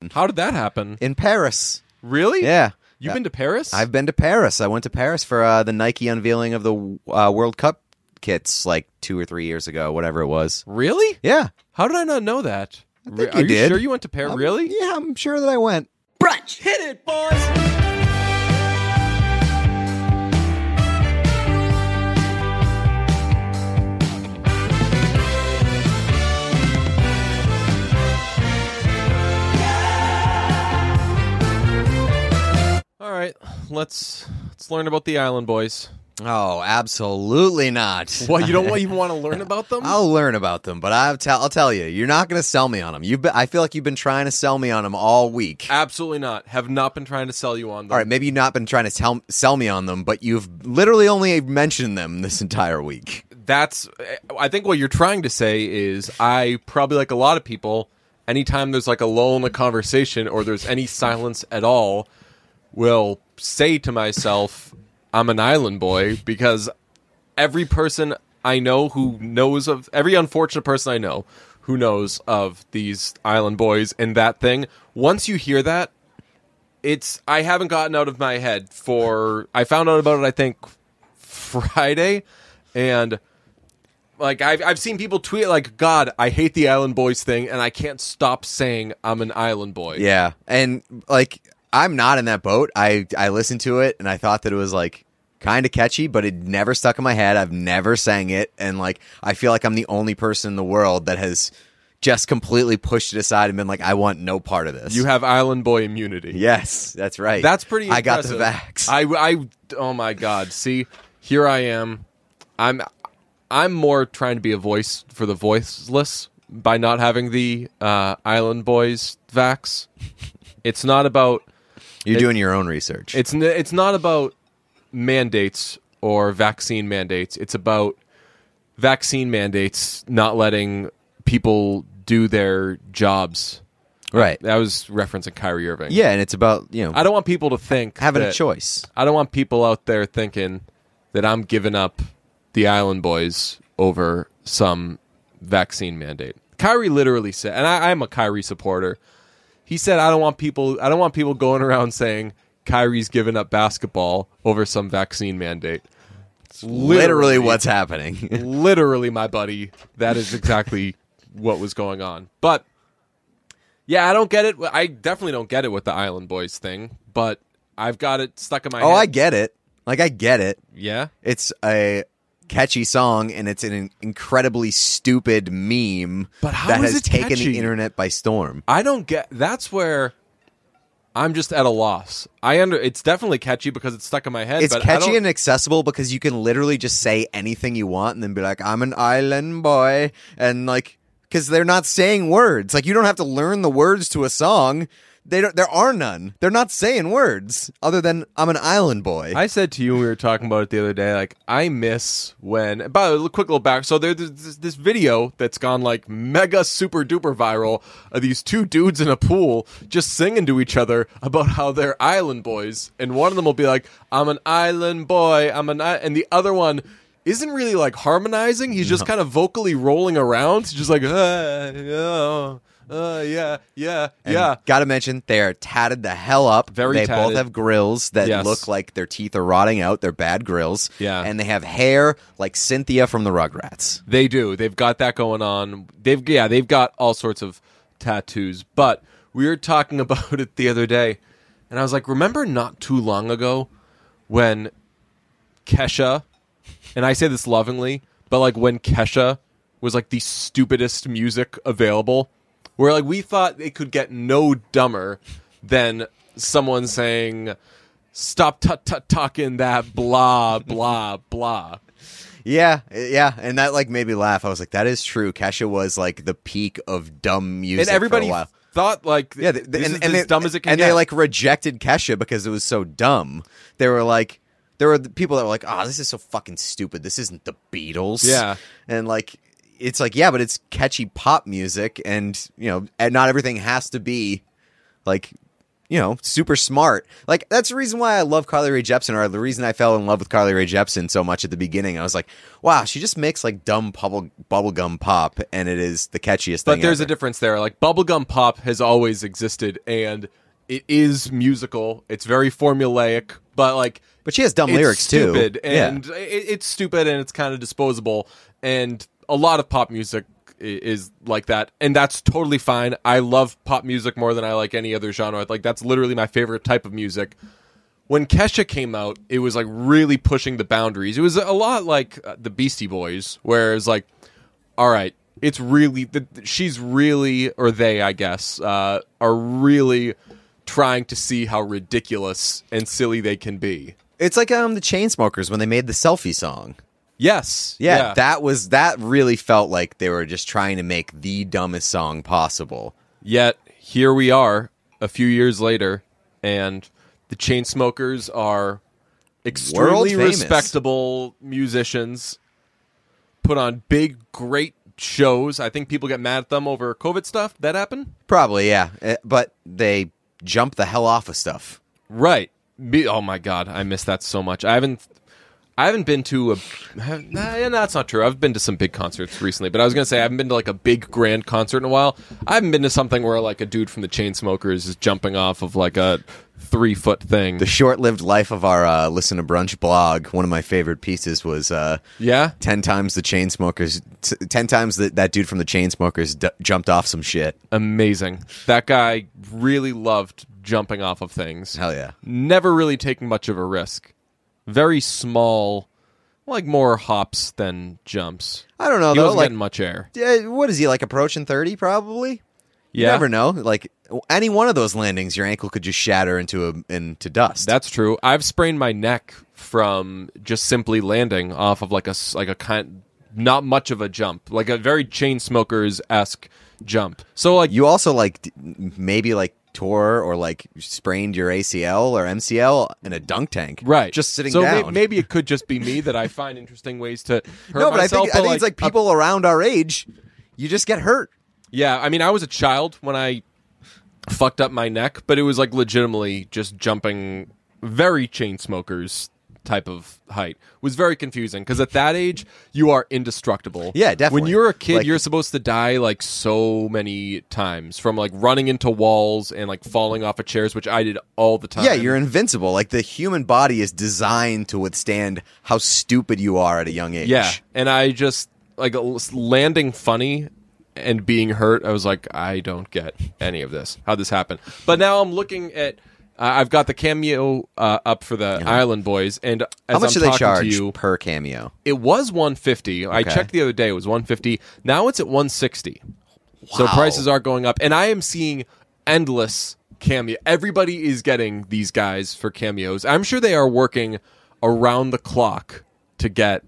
happened How did that happen? in Paris. Really? Yeah. You've Uh, been to Paris? I've been to Paris. I went to Paris for uh, the Nike unveiling of the uh, World Cup kits like two or three years ago, whatever it was. Really? Yeah. How did I not know that? think Re- you Are you did. Um, sure you went to Paris? Uh, Really? Yeah, I'm sure that I went. brunch. Hit it, boys! All right, let's let's learn about the island boys. Oh, absolutely not. What you don't wa- even want to learn about them? I'll learn about them, but I'll tell. I'll tell you, you're not going to sell me on them. You've been, I feel like you've been trying to sell me on them all week. Absolutely not. Have not been trying to sell you on them. all right, maybe you've not been trying to tell sell me on them, but you've literally only mentioned them this entire week. that's i think what you're trying to say is i probably like a lot of people anytime there's like a lull in the conversation or there's any silence at all will say to myself i'm an island boy because every person i know who knows of every unfortunate person i know who knows of these island boys and that thing once you hear that it's i haven't gotten out of my head for i found out about it i think Friday, and like I've I've seen people tweet like, "God, I hate the Island Boys thing, and I can't stop saying I'm an Island Boy." Yeah, and like I'm not in that boat. I I listened to it and I thought that it was like kind of catchy, but it never stuck in my head. I've never sang it, and like I feel like I'm the only person in the world that has just completely pushed it aside and been like, I want no part of this. you have Island Boy immunity. yes, that's right. that's pretty. I got the impressive. vax. I I oh my God! See, here I am. I'm I'm more trying to be a voice for the voiceless by not having the uh, Island Boys vax. It's not about You're doing your own research. It's n- it's not about mandates or vaccine mandates. It's about vaccine mandates not letting people do their jobs. right. I was referencing Kyrie Irving. Yeah, and it's about you know I don't want people to think having a that- choice. I don't want people out there thinking that I'm giving up the Island Boys over some vaccine mandate. Kyrie literally said, and I, I'm a Kyrie supporter. He said, "I don't want people. I don't want people going around saying Kyrie's giving up basketball over some vaccine mandate." Literally, what's happening? literally my buddy. That is exactly what was going on. But yeah, I don't get it. I definitely don't get it with the Island Boys thing. But I've got it stuck in my oh, head. I get it. Like I get it. yeah. It's a catchy song and it's an incredibly stupid meme But how that is has it taken catchy? the internet by storm. I don't get. That's where I'm just at a loss. I under. It's definitely catchy because it's stuck in my head. It's but I catchy don't- and accessible because you can literally just say anything you want and then be like, I'm an island boy. And like, because they're not saying words. Like, you don't have to learn the words to a song. They don't, there are none. They're not saying words other than I'm an island boy. I said to you, we were talking about it the other day. Like, I miss when. By the way, quick little back. So there's this, this video that's gone like mega super duper viral of these two dudes in a pool just singing to each other about how they're island boys, and one of them will be like, "I'm an island boy," "I'm an," I-" and the other one. Isn't really like harmonizing. He's just kind of vocally rolling around. He's just like, uh, yeah, uh, yeah, yeah, yeah. Got to mention, they are tatted the hell up. Very They tatted. both have grills that Yes. look like their teeth are rotting out. They're bad grills. Yeah. And they have hair like Cynthia from the Rugrats. They do. They've got that going on. They've yeah, they've got all sorts of tattoos. But we were talking about it the other day, and I was like, remember not too long ago when Kesha, and I say this lovingly, but like when Kesha was like the stupidest music available, where like we thought it could get no dumber than someone saying, "Stop tut tut talking that blah blah blah." Yeah. Yeah. And that like made me laugh. I was like, that is true. Kesha was like the peak of dumb music and everybody for a while. thought like Yeah, yeah, they, this and, is and as they, dumb as it can and get. they like rejected Kesha because it was so dumb. They were like, there were people that were like, "Ah, this is so fucking stupid. This isn't the Beatles." Yeah. and like, it's like, yeah, but it's catchy pop music, and you know, and not everything has to be like you know, super smart. Like that's the reason why I love Carly Rae Jepsen, or the reason I fell in love with Carly Rae Jepsen so much at the beginning. I was like, wow, she just makes like dumb bubble bubblegum pop, and it is the catchiest But thing. there's ever. a difference there. Like bubblegum pop has always existed and it is musical. It's very formulaic, but like but she has dumb it's lyrics stupid too. Yeah. and it, it's stupid and it's kind of disposable and a lot of pop music i- is like that and that's totally fine. I love pop music more than I like any other genre. Like that's literally my favorite type of music. When Kesha came out, it was like really pushing the boundaries. It was a lot like uh, the Beastie Boys where it's like all right it's really the, she's really or they i guess uh, are really trying to see how ridiculous and silly they can be It's like um the Chainsmokers when they made the selfie song. yes Yeah, that was that really felt like they were just trying to make the dumbest song possible. yet here we are a few years later and the chain smokers are extremely famous. respectable musicians put on big great shows i think people get mad at them over covid stuff that happened Probably, yeah. Eh, But they jump the hell off of stuff. Right. Be- oh my god, I miss that so much. I haven't I haven't been to a have, nah, yeah, that's not true. I've been to some big concerts recently, but I was going to say I haven't been to like a big grand concert in a while. I haven't been to something where like a dude from the Chainsmokers is jumping off of like a 3-foot thing. The short-lived life of our uh, listen to brunch blog. One of my favorite pieces was uh, yeah? ten times the Chainsmokers. T- ten times that that dude from the Chainsmokers d- jumped off some shit. Amazing. That guy really loved jumping off of things. Hell yeah. Never really taking much of a risk. Very small like more hops than jumps. I don't know He though. wasn't Like, getting much air. eh, what is he like? Approaching thirty, probably. You Yeah. never know. Like any one of those landings, your ankle could just shatter into a, into dust. That's true. I've sprained my neck from just simply landing off of like a s- like a kind not much of a jump, like a very chain smokers esque jump. So like You also like d- maybe like tore or like sprained your ACL or MCL in a dunk tank, right, Just sitting so may- down. maybe it could just be me that I find interesting ways to hurt no, but I myself. think I think it's like uh, people around our age, you just get hurt. yeah, I mean, I was a child when I fucked up my neck, but it was like legitimately just jumping very chain smokers type of height It was very confusing because at that age you are indestructible Yeah, definitely. when you're a kid Like- you're supposed to die like so many times from like running into walls and like falling off of chairs which i did all the time Yeah, you're invincible. Like the human body is designed to withstand how stupid you are at a young age. yeah and i just like l- landing funny and being hurt i was like i don't get any of this how'd this happen but now i'm looking at uh, i've got the cameo uh, up for the island boys and as How much I'm do they talking charge to you per cameo? it was 150 i Okay. checked the other day it was 150 now it's at 160 so Wow. prices are going up and i am seeing endless cameo everybody is getting these guys for cameos i'm sure they are working around the clock to get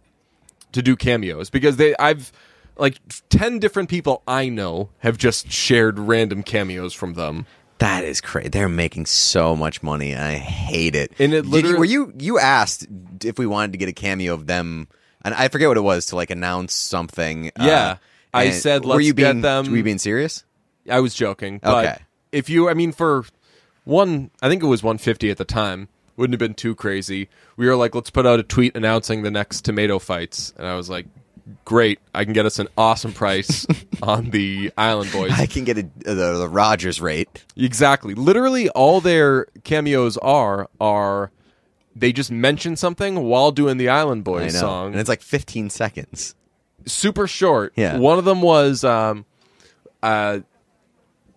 to do cameos because they i've like 10 different people i know have just shared random cameos from them That is crazy. They're making so much money, and I hate it. And it Did literally- you, were you you asked if we wanted to get a cameo of them, and I forget what it was to like announce something. uh, Yeah. I and said, were "Let's you get being, them- Were you being serious? I was joking. But Okay. if you, I mean, for one, I think it was 150 at the time. Wouldn't have been too crazy. We were like, let's put out a tweet announcing the next tomato fights, and I was like, great, I can get us an awesome price on the Island Boys. I can get a, the, the Rogers rate. Exactly. Literally, all their cameos are are they just mention something while doing the Island I know, Boys song. and it's like 15 seconds. super short. Yeah. One of them was um, uh,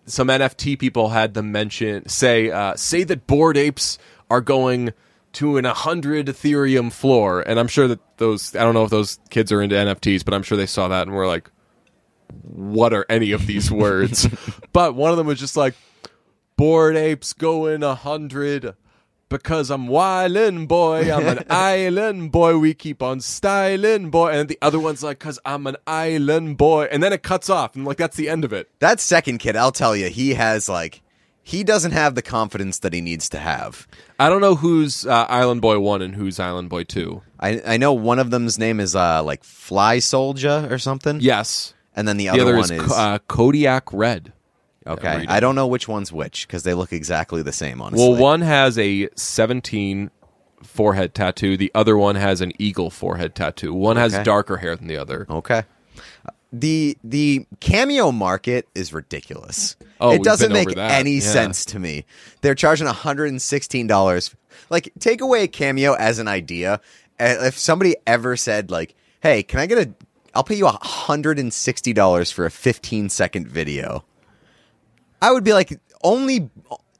some NFT people had them mention say uh, say that board apes are going to an 100 Ethereum floor, and I'm sure that those I don't know if those kids are into NFTs, but I'm sure they saw that and were like, "What are any of these words?" but one of them was just like, "Board apes going a 100." Because I'm wildin' boy, I'm an island boy. We keep on stylin' boy, and the other one's like, "Cause I'm an island boy," and then it cuts off, and like that's the end of it. That second kid, I'll tell you, he has like he doesn't have the confidence that he needs to have. I don't know who's uh, Island Boy one and who's Island Boy two. I I know one of them's name is uh like Fly Soldier or something. Yes, and then the, the other, other, one is, is, Co- uh, Kodiak Red. Okay, reading. I don't know which one's which because they look exactly the same. Honestly, Well, one has a 17 forehead tattoo. The other one has an eagle forehead tattoo. One Okay. has darker hair than the other. Okay. The the cameo market is ridiculous. Oh, it we've doesn't been make over that. any Yeah. sense to me. They're charging $116. Like take away cameo as an idea. Uh, If somebody ever said like, "Hey, can I get a I'll pay you $160 for a 15-second video." I would be like, "Only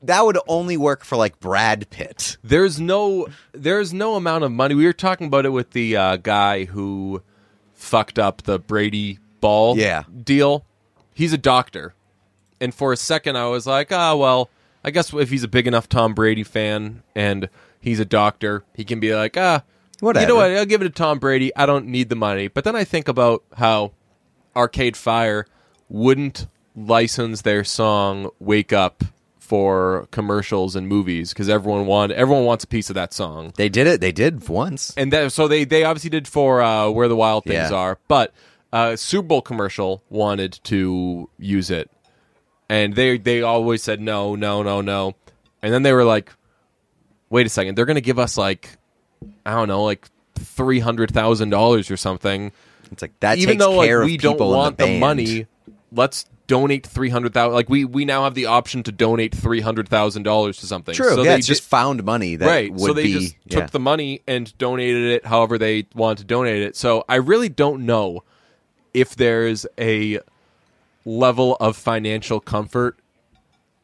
that would only work for like Brad Pitt." There's no there's no amount of money. We were talking about it with the uh, guy who fucked up the Brady Ball Yeah. deal. He's a doctor. And for a second I was like, "Ah, well, I guess if he's a big enough Tom Brady fan and he's a doctor, he can be like, "Ah, You Whatever. know what? I'll give it to Tom Brady. I don't need the money." But then I think about how Arcade Fire wouldn't license their song "Wake Up" for commercials and movies because everyone want everyone wants a piece of that song. They did it. They did once. And that, so they they obviously did for uh, Where the Wild Things Yeah. Are, but uh, Super Bowl commercial wanted to use it, and they they always said no, no, no, no, and then they were like, wait a second, they're gonna give us like I don't know, like three hundred thousand dollars or something It's like that even takes though like care of we don't people in want the, band. money, let's donate three hundred thousand. Like we we now have the option to donate three hundred thousand dollars to something. True. So yeah, they it's di- just found money that right. would So they be just yeah. took the money and donated it however they want to donate it. So I really don't know if there's a level of financial comfort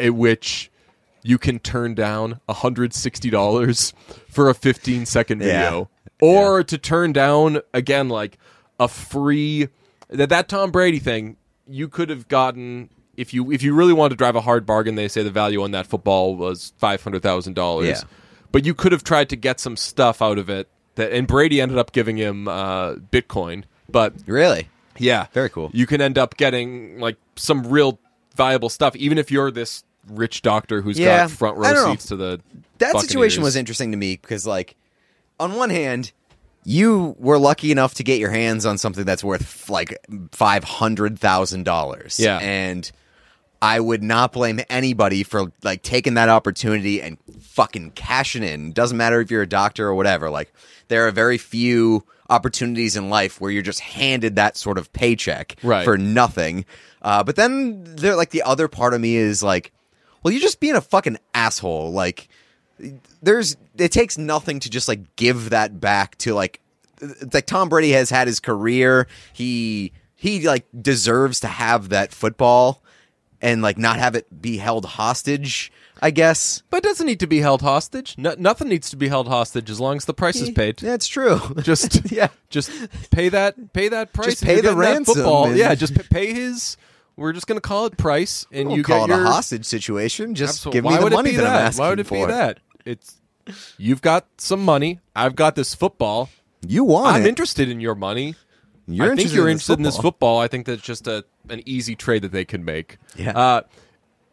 at which you can turn down $160 for a 15 second Yeah. video or to turn down again like a free that that Tom Brady thing you could have gotten if you if you really wanted to drive a hard bargain they say the value on that football was $500,000 Yeah. but you could have tried to get some stuff out of it that and Brady ended up giving him uh, bitcoin but Really? yeah. Very cool. You can end up getting like some real viable stuff, even if you're this rich doctor who's Yeah. got front I don't row know. seats to the That situation Buccaneers. was interesting to me because, like, on one hand, you were lucky enough to get your hands on something that's worth like five hundred thousand dollars. Yeah. and I would not blame anybody for like taking that opportunity and fucking cashing in. Doesn't matter if you're a doctor or whatever. Like, there are very few opportunities in life where you're just handed that sort of paycheck Right. for nothing. Uh, but then there, like, the other part of me is like, well, you're just being a fucking asshole. Like, there's it takes nothing to just like give that back to like it's like Tom Brady has had his career. He he like deserves to have that football and like not have it be held hostage, I guess. But it doesn't need to be held hostage. No, nothing needs to be held hostage as long as the price is paid. That's true. Just Yeah. just pay that pay that price. and pay you're the getting that ransom Football. and- Yeah, just p- pay his. We're just gonna call it price, and Don't you call get it your a hostage situation. Just Absol- give Why me the would it money be that, I'm that? asking Why would it for. be that? It's you've got some money. I've got this football. You want I'm it. interested in your money. You're I think interested you're in this interested in this football. football. I think that's just a an easy trade that they could make. Yeah. Uh,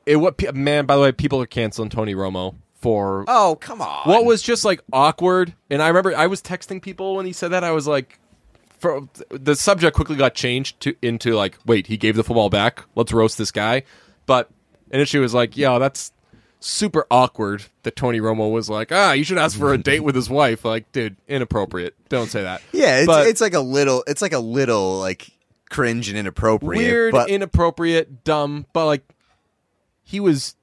it what pe- man? By the way, people are canceling Tony Romo for Oh, come on. what was just like awkward. And I remember I was texting people when he said that. I was like, for, the subject quickly got changed to into like, wait, he gave the football back. Let's roast this guy. But initially it was like, yeah, that's super awkward that Tony Romo was like, ah, you should ask for a date with his wife. Like, dude, inappropriate. Don't say that. Yeah, it's, But- it's like a little it's like a little like cringe and inappropriate. weird, but inappropriate, dumb, but like he was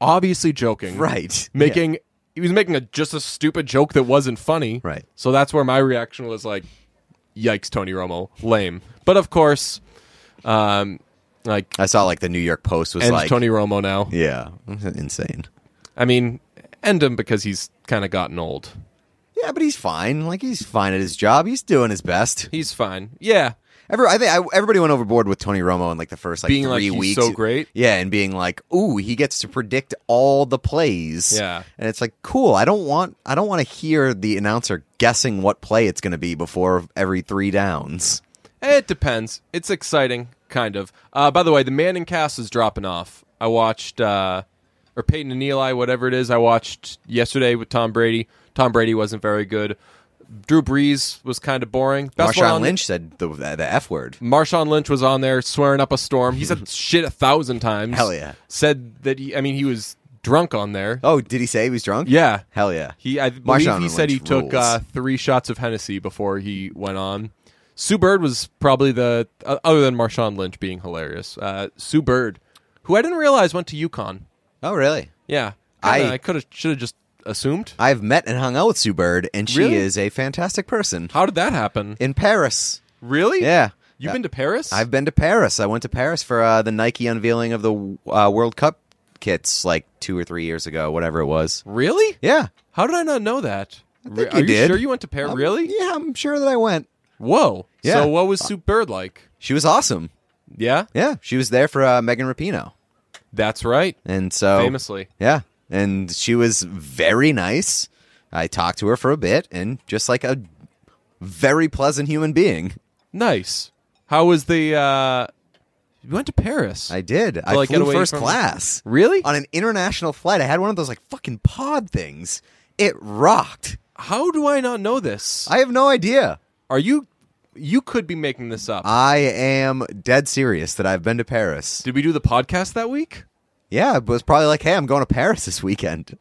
obviously joking. right. Making he was making a just a stupid joke that wasn't funny. Right. So that's where my reaction was like, yikes, Tony Romo, lame. But of course, um like I saw like the New York Post was ends like Tony Romo now. Yeah, insane. I mean, end him because he's kinda gotten old. Yeah, but he's fine. Like he's fine at his job. He's doing his best. He's fine. Yeah. Every I think I, everybody went overboard with Tony Romo in like the first like Being like, three he's weeks. so great. Yeah, and being like, "Ooh, he gets to predict all the plays." Yeah. and it's like, cool. I don't want I don't want to hear the announcer guessing what play it's going to be before every three downs. It depends. It's exciting, kind of. Uh, by the way, the Manning cast is dropping off. I watched, uh, or Peyton and Eli, whatever it is, I watched yesterday with Tom Brady. Tom Brady wasn't very good. Drew Brees was kind of boring. Best one Marshawn on- Lynch said the, the, the F word. Marshawn Lynch was on there swearing up a storm. He said shit a thousand times. Hell yeah. Said that he, I mean, he was drunk on there. Oh, did he say he was drunk? Yeah. Hell yeah. He, I believe Marshawn he said he Lynch took uh, rules. three shots of Hennessy before he went on. Sue Bird was probably the, uh, other than Marshawn Lynch being hilarious, uh, Sue Bird, who I didn't realize went to UConn. Oh, really? Yeah. I- Kinda, I could have, should have just assumed. I've met and hung out with Sue Bird, and she Really? is a fantastic person. How did that happen? In Paris. Really? Yeah. You've been to Paris? I've been to Paris. I went to Paris for uh, the Nike unveiling of the uh, World Cup kits like two or three years ago, whatever it was. Really? Yeah. How did I not know that? think Are you you did. sure you went to Paris? I'm- really? Yeah, I'm sure that I went. Whoa. Yeah. So what was Sue Bird like? She was awesome. Yeah, Yeah, she was there for uh, Megan Rapinoe, that's right. and so Famously. yeah, and she was very nice. I talked to her for a bit, and just like a very pleasant human being, Nice. How was the uh you went to Paris? I did. I like, get flew away first from- class really? on an international flight. I had one of those like fucking pod things. It rocked. How do I not know this? I have no idea. Are you you could be making this up. I am dead serious that I've been to Paris. Did we do the podcast that week? Yeah, it was probably like, hey, I'm going to Paris this weekend.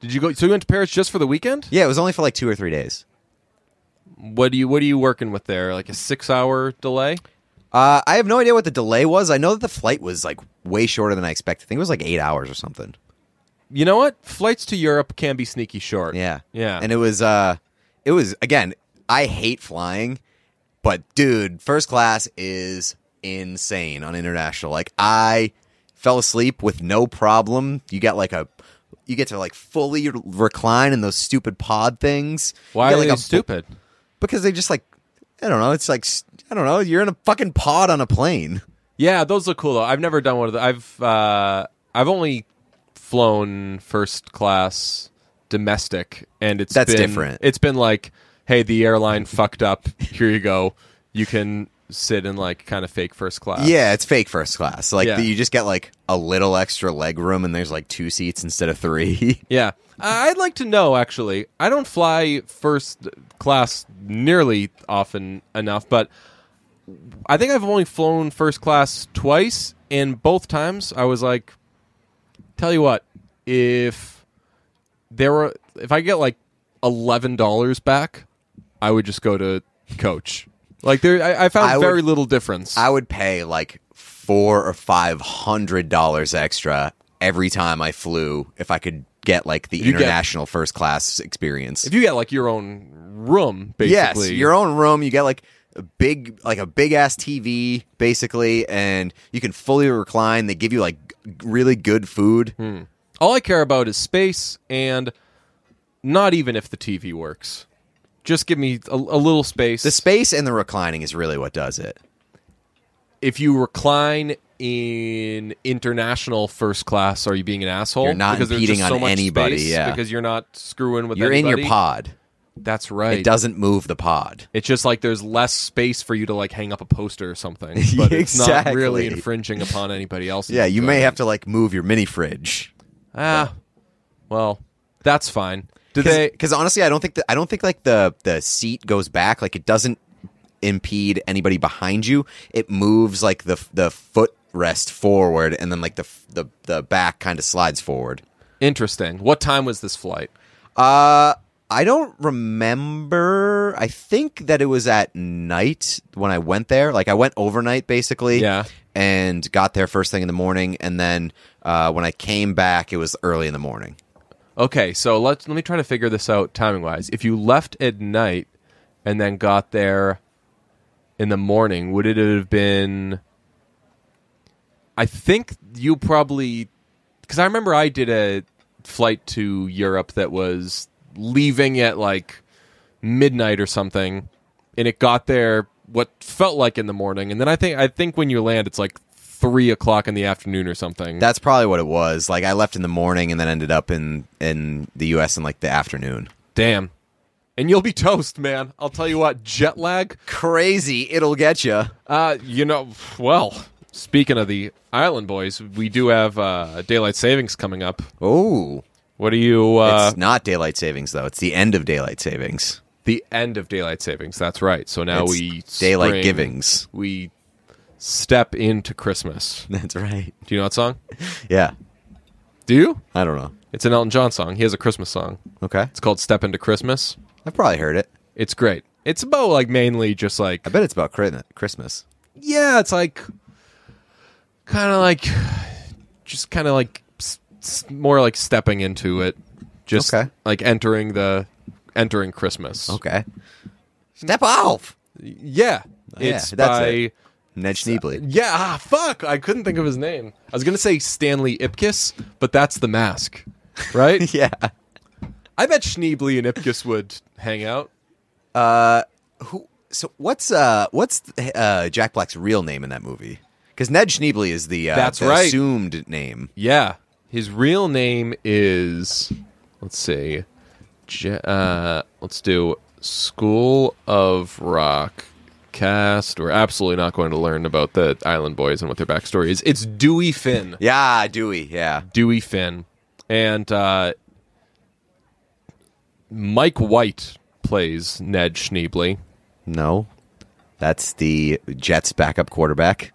Did you go so you went to Paris just for the weekend? Yeah, it was only for like two or three days. What do you what are you working with there? Like a 6-hour delay? Uh, I have no idea what the delay was. I know that the flight was like way shorter than I expected. I think it was like eight hours or something. You know what? Flights to Europe can be sneaky short. Yeah, Yeah. And it was, uh, it was again. I hate flying, but dude, first class is insane on international. Like I fell asleep with no problem. You got like a, you get to like fully recline in those stupid pod things. You Why get, are like they a bu- stupid? because they just like, I don't know. It's like s- I don't know. You're in a fucking pod on a plane. Yeah, those look cool though. I've never done one of the I've uh, I've only flown first class domestic, and it's That's been- different. It's been like, hey, the airline fucked up. Here you go. You can sit in like kind of fake first class. Yeah, it's fake first class. Like Uh. Yeah. you just get like a little extra leg room, and there's like two seats instead of three. yeah. I- I'd like to know actually. I don't fly first class nearly often enough, but I think I've only flown first class twice, and both times I was like, tell you what, if there were, if I get like eleven dollars back, I would just go to coach. Like there, I, I found I would- very little difference. I would pay like four or five hundred dollars extra every time I flew if I could get like the You get- international first class experience. if you get like your own room, basically, Yes, your own room. You get like a big, like a big ass TV, basically, and you can fully recline. They give you like g- really good food. Hmm. all I care about is space, and not even if the TV works. Just give me a, a little space. The space and the reclining is really what does it. if you recline in international first class, are you being an asshole? You're not because there's impeding just so on much anybody, space yeah. because you're not screwing with. You're in anybody. your pod. That's right. It doesn't move the pod. It's just like there's less space for you to like hang up a poster or something, but it's not really Exactly. infringing upon anybody else. Yeah, you may have to like move your mini fridge. Ah, well, that's fine. Did they? Because honestly, I don't think that I don't think like the the seat goes back. Like it doesn't impede anybody behind you. It moves like the the footrest forward, and then like the the the back kind of slides forward. Interesting. What time was this flight? Uh, I don't remember. I think that it was at night when I went there. Like I went overnight basically. Yeah. And got there first thing in the morning, and then uh, when I came back, it was early in the morning. Okay, so let's let me try to figure this out timing wise. If you left at night and then got there in the morning, would it have been? I think you probably because I remember I did a flight to Europe that was leaving at like midnight or something, and it got there what felt like in the morning, and then I think I think when you land, it's like three o'clock in the afternoon or something. That's probably what it was. Like I left in the morning and then ended up in in the U.S. in like the afternoon. Damn. And you'll be toast, man. I'll tell you what, jet lag. Crazy, it'll get you. Uh, you know, well, speaking of the island boys, we do have uh, daylight savings coming up. Oh, What do you? Uh, it's not daylight savings though. It's the end of daylight savings. the end of daylight savings. That's right. So now It's Oh, we daylight spring- givings. We step into Christmas. That's right. Do you know that song? Yeah. Do you? I don't know. It's an Elton John song. He has a Christmas song. Okay. It's called Step Into Christmas. I've probably heard it. It's great. It's about like mainly just like I bet it's about Chri- Christmas. yeah, it's like kind of like just kind of like s- s- more like stepping into it. Just Okay. like entering the entering Christmas. Okay. Step off. Yeah. Yeah, It's that's by it. Ned Schneebly. Yeah, ah, fuck. I couldn't think of his name. I was going to say Stanley Ipkiss, but that's the mask. Right? Yeah. I bet Schneebly and Ipkiss would hang out. Who? So what's uh what's uh Jack Black's real name in that movie? Because Ned Schneebly is the, uh, That's the right. assumed name. Yeah. His real name is let's see. J- uh, let's do School of Rock cast. We're absolutely not going to learn about the Island Boys and what their backstory is. It's Dewey Finn. Yeah, Dewey. Yeah. Dewey Finn. And uh, Mike White plays Ned Schneebly. No, that's the Jets' backup quarterback.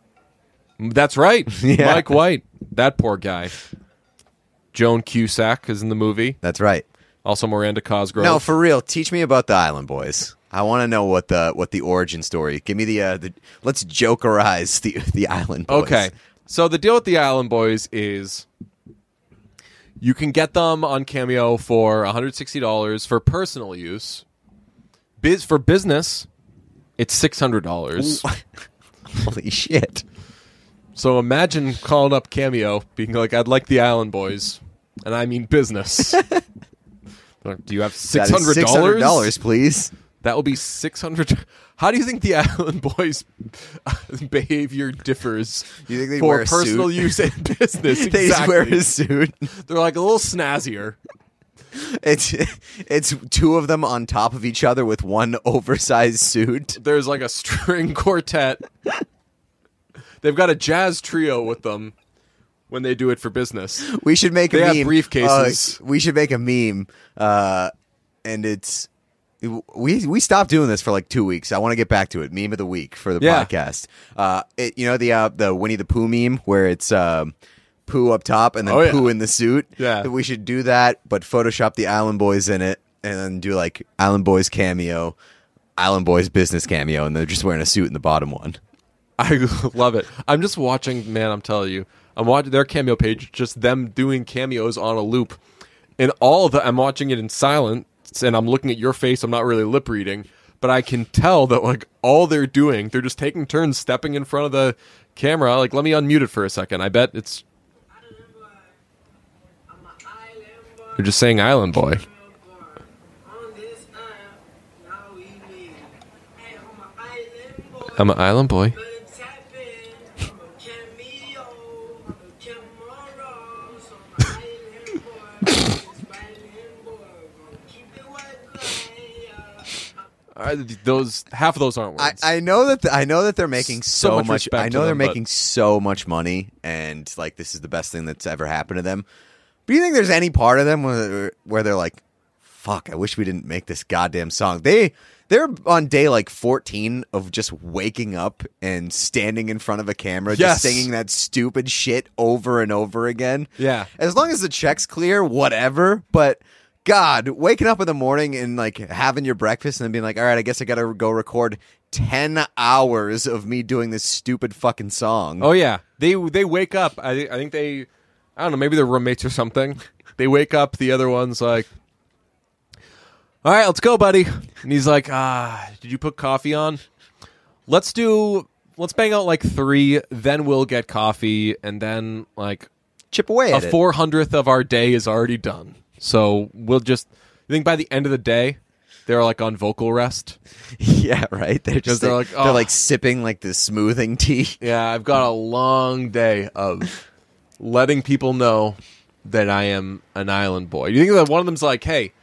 That's right. Yeah. Mike White. That poor guy. Joan Cusack is in the movie. That's right. Also Miranda Cosgrove. No, for real. Teach me about the Island Boys. I want to know what the what the origin story. Give me the uh, the let's jokerize the the Island Boys. Okay. So the deal with the Island Boys is you can get them on Cameo for $160 for personal use. Biz for business, it's $600. Holy shit. So imagine calling up Cameo being like I'd like the Island Boys and I mean business. Like, Do you have That six is hundred dollars? $600, please. That will be six hundred. How do you think the Island Boys behavior differs You think they for wear a personal suit? use and business? They just wear Exactly. a suit. They're like a little snazzier. It's it's two of them on top of each other with one oversized suit. There's like a string quartet. They've got a jazz trio with them when they do it for business. We should make They a have meme. briefcases. Uh, we should make a meme. Uh, and it's we we stopped doing this for like two weeks. I want to get back to it. Meme of the week for the Yeah. podcast. Uh, it, you know the uh, the Winnie the Pooh meme where it's um, Pooh up top and then Oh, yeah. Pooh in the suit. Yeah. we should do that, but Photoshop the Island Boys in it and then do like Island Boys cameo. Island Boys business cameo, and they're just wearing a suit in the bottom one. I love it. I'm just watching, man. I'm telling you, I'm watching their cameo page. Just them doing cameos on a loop, and all of the I'm watching it in silence, and I'm looking at your face. I'm not really lip reading, but I can tell that like all they're doing, they're just taking turns stepping in front of the camera. Like, let me unmute it for a second. I bet it's I'm an island boy they're just saying "Island Boy." on this island. Now we meet. Hey, I'm an island boy. I'm an island boy. Better tap in. I'm a cameo. I'm a Camaro. So I'm an island boy. It's my island boy. Gonna keep it white, yeah. Uh, those half of those aren't I, words. I know that th- I know that they're making So so, much much. respect I to know they're them, but- making so much money, and like this is the best thing that's ever happened to them. But you think there's any part of them where they're, where they're like, "Fuck, I wish we didn't make this goddamn song." They they're on day like 14 of just waking up and standing in front of a camera, Yes. just singing that stupid shit over and over again. Yeah. As long as the check's clear, whatever. But God, waking up in the morning and like having your breakfast and then being like, all right, I guess I gotta go record 10 hours of me doing this stupid fucking song. Oh yeah, they they wake up. I thi- I think they, I don't know, maybe they're roommates or something. They wake up. The other one's like, "All right, let's go, buddy." And he's like, "Ah, did you put coffee on? Let's do. Let's bang out like three. Then we'll get coffee, and then like Chip away a at four hundredth of our day is already done. So we'll just. You think by the end of the day, they're like on vocal rest. it. Yeah, right. They're just they're they're like, like, "Oh." they're like sipping like this smoothing tea. Yeah, I've got a long day of letting people know that I am an island boy. You think that one of them's like, "Hey,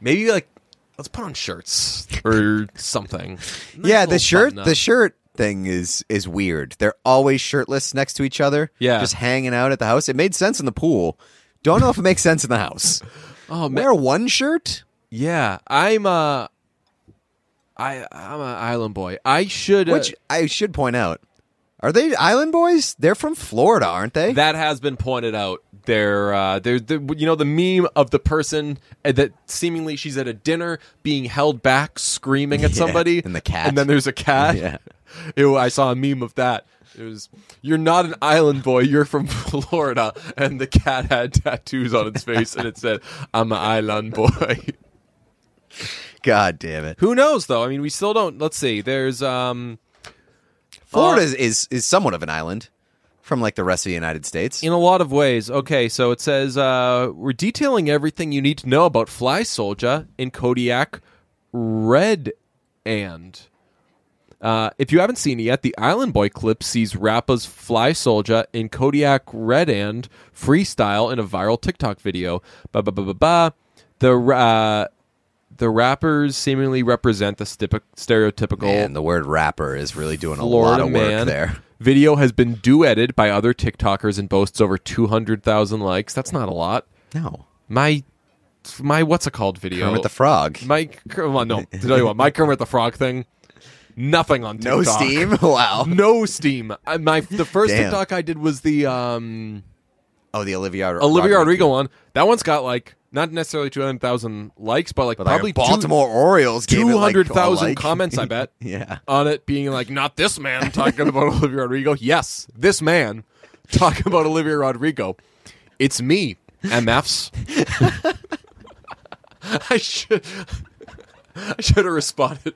maybe like let's put on shirts or something." yeah, the shirt button up. the shirt thing is is weird. They're always shirtless next to each other. Yeah. Just hanging out at the house. It made sense in the pool. Don't know if it makes sense in the house. Oh man, Wear one shirt? yeah, I'm uh I I'm an island boy. I should. uh, Which I should point out, are they island boys? They're from Florida, aren't they? that has been pointed out. There, uh, there, there- you know, the meme of the person uh, that seemingly she's at a dinner being held back, screaming at Yeah, somebody, and the cat. and then there's a cat. Yeah. Ew, I saw a meme of that. It was, "You're not an island boy. You're from Florida," and the cat had tattoos on its face, and it said, "I'm an island boy." God damn it! Who knows, though? I mean, we still don't. Let's see. There's um Florida Uh, is, is is somewhat of an island from like the rest of the United States. in a lot of ways. Okay, so it says uh, we're detailing everything you need to know about Fly Soldier in Kodiak Red and. Uh, if you haven't seen it yet, the Island Boy clip sees Rappa's Fly Soldier in Kodiak Red and freestyle in a viral TikTok video. Ba ba ba ba ba. The uh, the rappers seemingly represent the stip- stereotypical Man, the word rapper is really doing a lot Florida of work man. there. Video has been duetted by other TikTokers and boasts over 200,000 likes. That's not a lot. No, My my what's it called video? Kermit the Frog. My come on, no. To tell you what, my Kermit the Frog thing. Nothing on TikTok. No steam. Wow. No steam. I, my the first Damn. TikTok I did was the um Oh, the Olivia. Rod- Olivia Rodrigo. Rodrigo one. That one's got like not necessarily 200,000 likes, but like But, like, probably Baltimore Orioles. gave it, like, a 200,000 like. comments, I bet. yeah. on it being like, not this man talking about Olivia Rodrigo. Yes, this man talking about Olivia Rodrigo. It's me, MFs. I should I should have responded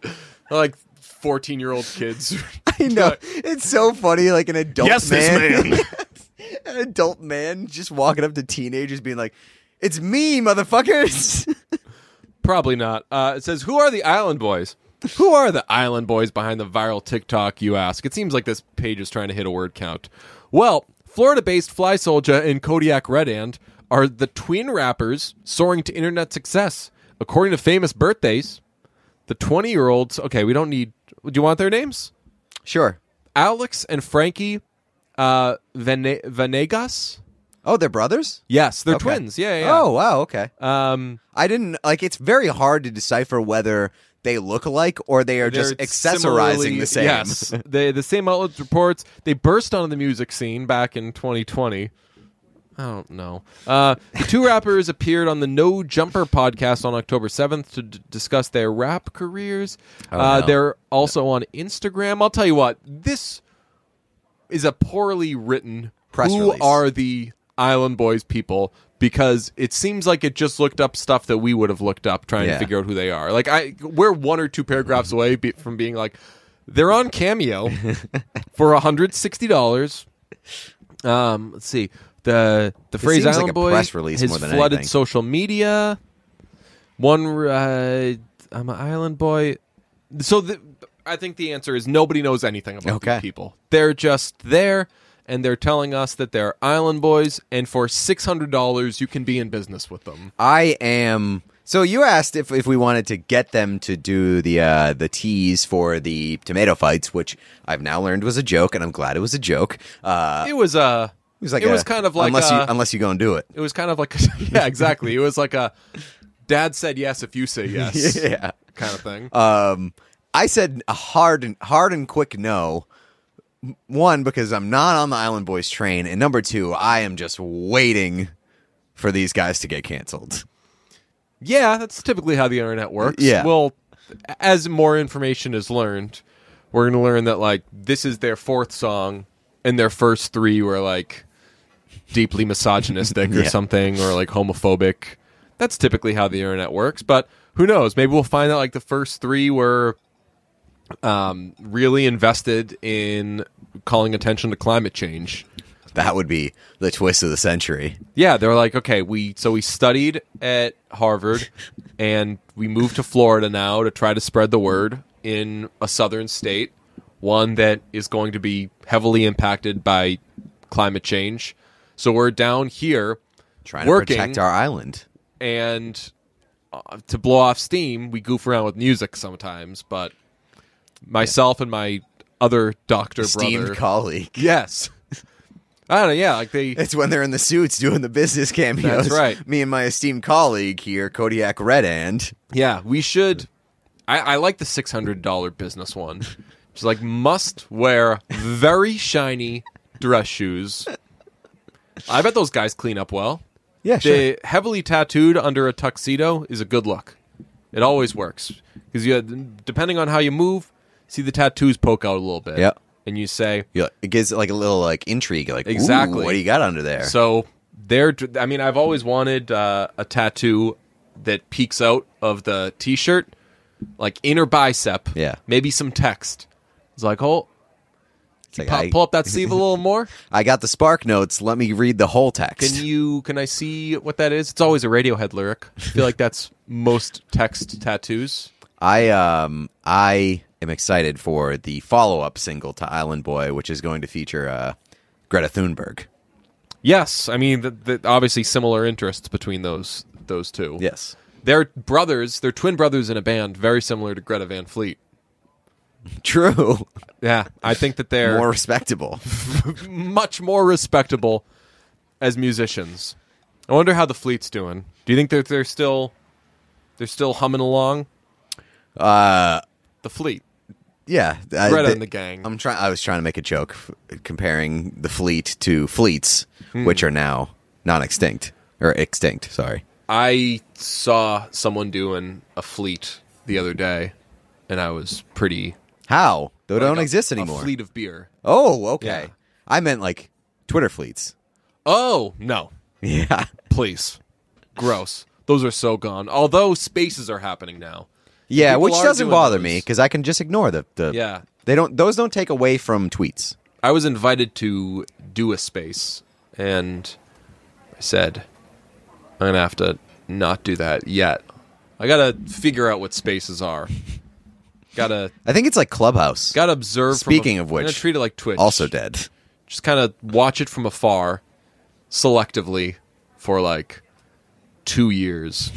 like fourteen year old kids. I know. It's so funny. Like an adult Yes, this man. an adult man just walking up to teenagers being like, it's me, motherfuckers. Probably not. Uh, it says, "Who are the Island Boys?" Who are the Island Boys behind the viral TikTok? You ask. It seems like this page is trying to hit a word count. Well, Florida-based Fly Soldier and Kodiak Red Ant are the twin rappers soaring to internet success, according to famous birthdays. The twenty-year-olds. Okay, we don't need. Do you want their names? sure. Alex and Frankie uh, Vene- Venegas. Oh, they're brothers? Yes, they're Okay. twins. Yeah, yeah. yeah. Oh, wow. Okay. Um, I didn't like it's very hard to decipher whether they look alike or they are just They're accessorizing similarly- the same. Yes, they, the same outlet reports they burst onto the music scene back in 2020. I don't know. Uh, the two rappers appeared on the No Jumper podcast on October 7th to d- discuss their rap careers. uh, Oh, no. They're also on Instagram. I'll tell you what, this is a poorly written Press who release. are the Island Boys people because it seems like it just looked up stuff that we would have looked up trying to Yeah. Mm-hmm. figure out who they are. Like I we're one or two paragraphs away be, from being like they're on Cameo for $160. Um, let's see. The the phrase seems like Island a Boy press release has more than flooded anything. social media. One uh, I'm an Island Boy. So the, I think the answer is nobody knows anything about Okay. these people. They're just there and they're telling us that they're Island Boys and for $600 you can be in business with them. I am. So you asked if, if we wanted to get them to do the uh, the tease for the tomato fights, which I've now learned was a joke, and I'm glad it was a joke. Uh, It was uh it was like it a- was kind of like unless a- you unless you go and do it. it was kind of like yeah, exactly. It was like a dad said yes if you say yes Yeah. kind of thing. Um, I said a hard and hard and quick no. M- One because I'm not on the Island Boys train, and number two, I am just waiting for these guys to get canceled. Yeah, that's typically how the internet works. Yeah. Well, as more information is learned, we're going to learn that like this is their fourth song, and their first three were like deeply misogynistic or Yeah. something, or like homophobic. That's typically how the internet works. But who knows? Maybe we'll find out like the first three were um, really invested in calling attention to climate change. That would be the twist of the century. Yeah, they're like, okay, we so we studied at Harvard, and we moved to Florida now to try to spread the word in a southern state, one that is going to be heavily impacted by climate change. So we're down here Trying to Working. protect our island. and uh, to blow off steam, we goof around with music sometimes. But myself and my other doctor Esteemed brother, colleague. yes, I don't know. Yeah, like they It's when they're in the suits doing the business cameos. That's right. Me and my esteemed colleague here, Kodiak Red Hand. Yeah, we should I, I like the six hundred dollar business one. It's like must wear very shiny dress shoes. I bet those guys clean up well. Yeah, The heavily tattooed under a tuxedo is a good look. It always works because you, depending on how you move, see the tattoos poke out a little bit. Yeah. and you say, Yeah, it gives it like a little like intrigue. Like ooh, Exactly. what do you got under there? So they're. I mean, I've always wanted uh, a tattoo that peeks out of the t-shirt, like inner bicep. Yeah. Maybe some text. It's like, oh, It's like, pop, I, pull up that sleeve a little more. I got the spark notes. Let me read the whole text. Can you? Can I see what that is? It's always a Radiohead lyric. I feel like that's most text tattoos. I um I am excited for the follow up single to Island Boy, which is going to feature uh, Greta Thunberg. Yes, I mean, th th obviously similar interests between those those two. Yes, They're brothers. They're twin brothers in a band, very similar to Greta Van Fleet. true. Yeah, I think that they're More respectable. much more respectable as musicians. I wonder how the fleet's doing. Do you think they're they're still they're still humming along? Uh, The fleet, yeah. I- Greta th- and the gang. I'm trying. I was trying to make a joke f- comparing the fleet to fleets, Hmm. which are now non extinct or extinct. Sorry. I saw someone doing a fleet the other day, and I was pretty. How they don't like a- exist a anymore. fleet of beer. Oh, okay. Yeah. I meant like Twitter fleets. Oh no! Yeah. Please, gross. Those are so gone. Although spaces are happening now. Yeah, People which are doesn't doing bother those. me because I can just ignore the, the Yeah. They don't those don't take away from tweets. I was invited to do a space, and I said, I'm going to have to not do that yet. I got to figure out what spaces are. Got to I think it's like Clubhouse. got to observe. from Speaking a- of I'm gonna which, treat it like Twitch. also dead. just kind of watch it from afar, selectively, for like two years,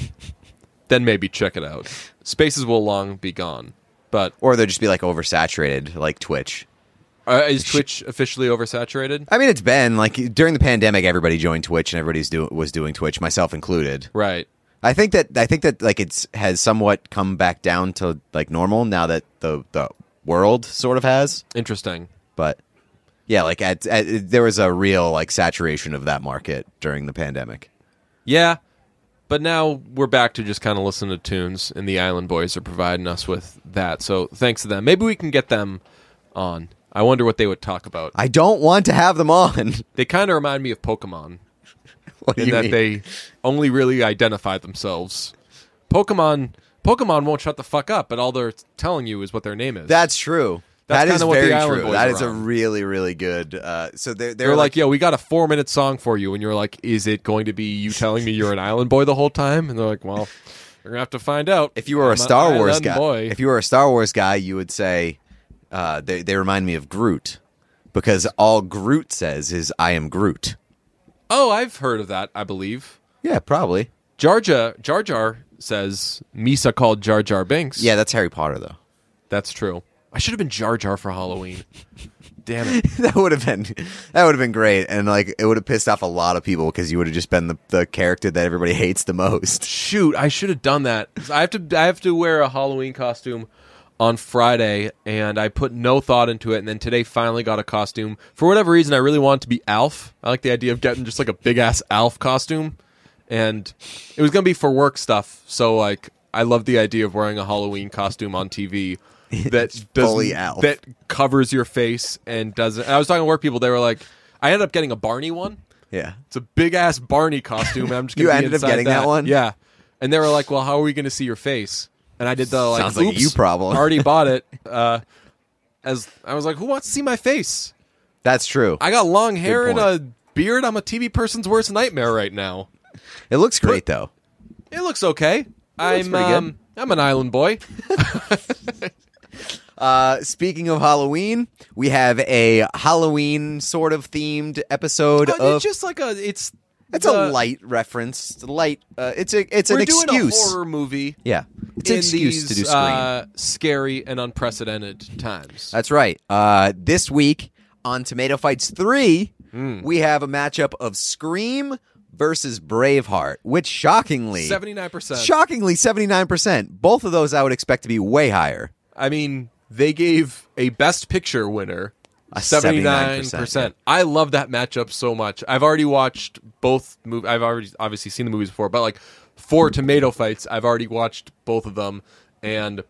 then maybe check it out. Spaces will long be gone, but Or they'll just be like oversaturated like Twitch. uh, is Twitch officially oversaturated? I mean it's been like during the pandemic everybody joined Twitch and everybody's do- was doing Twitch, myself included. Right. I think that I think that like it's has somewhat come back down to like normal now that the the world sort of has. Interesting. but yeah, like at, at there was a real like saturation of that market during the pandemic. Yeah. But now we're back to just kind of listen to tunes, and the Island Boys are providing us with that. So thanks to them. Maybe we can get them on. I wonder what they would talk about. I don't want to have them on. They kind of remind me of Pokemon what do in you that mean? they only really identify themselves. Pokemon Pokemon won't shut the fuck up, but all they're telling you is what their name is. That's true. That's That is kinda what the very Island true. Boys That are is a on. really really good. Uh, so they're they're, they're like, like, yo, we got a four minute song for you. And you're like, is it going to be you telling me you're an Island Boy the whole time? And they're like, well, we're going to have to find out. if you were I'm a an Star Wars Island guy, Boy. if you were a Star Wars guy, you would say uh, they they remind me of Groot because all Groot says is I am Groot. Oh, I've heard of that, I believe. Yeah, probably. Jar Jar, Jar Jar says Misa called Jar Jar Binks. Yeah, that's Harry Potter though. That's true. I should have been Jar Jar for Halloween. Damn it. that would have been that would have been great and like it would have pissed off a lot of people because you would have just been the, the character that everybody hates the most Shoot, I should have done that. 'Cause I have to I have to wear a Halloween costume on Friday and I put no thought into it and then today finally got a costume. For whatever reason I really wanted to be Alf. I like the idea of getting just like a big ass Alf costume and it was going to be for work stuff. So like I love the idea of wearing a Halloween costume on TV that does fully Alf. that covers your face and doesn't I was talking to work people they were like I ended up getting a Barney one. yeah It's a big ass Barney costume. and I'm just gonna You be ended up inside getting that one? Yeah, and they were like, "Well, how are we gonna see your face?" And I did the like, Sounds like a "Oops, you problem." already bought it. Uh, as I was like, "Who wants to see my face?" that's true I got long hair Good and point. a beard. I'm a TV person's worst nightmare right now. it looks great though It looks okay. I'm pretty good. um, I'm an island boy. uh, speaking of halloween we have a halloween sort of themed episode Oh, of it's just like a it's it's the- a light reference it's a light uh, it's a it's We're an doing a excuse horror movie. yeah it's an in excuse these, to do screen uh, scary and unprecedented times. That's right. Uh, Hmm. this week on Tomato Fights 3, we have a matchup of Scream versus Braveheart, which shockingly, Seventy nine percent. shockingly, seventy nine percent. Both of those I would expect to be way higher. I mean, they gave a Best Picture winner A seventy 79%. nine percent. I love that matchup so much. I've already watched both movies. I've already obviously seen the movies before, but like four tomato fights, I've already watched both of them, and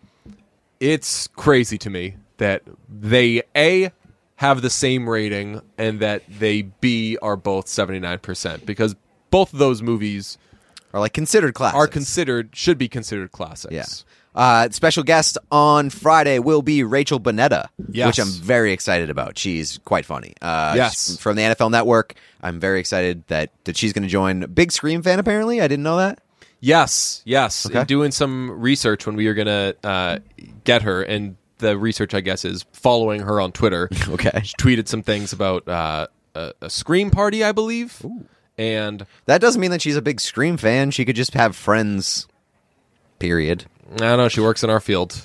it's crazy to me that they a have the same rating and that they b are both seventy nine percent because both of those movies Or like considered classics. are considered should be considered classics. Yeah. Uh, special guest on Friday will be Rachel Bonetta, Yes. which I'm very excited about. She's quite funny. Uh, Yes. she's from the NFL Network. I'm very excited that that she's going to join. Big Scream fan, apparently. I didn't know that. Yes, yes. Okay. Doing some research when we were gonna uh, get her, and the research, I guess, is following her on Twitter. Okay. she tweeted some things about uh, a, a scream party, I believe, and That doesn't mean that she's a big Scream fan. She could just have friends. Period. I don't know. She works in our field.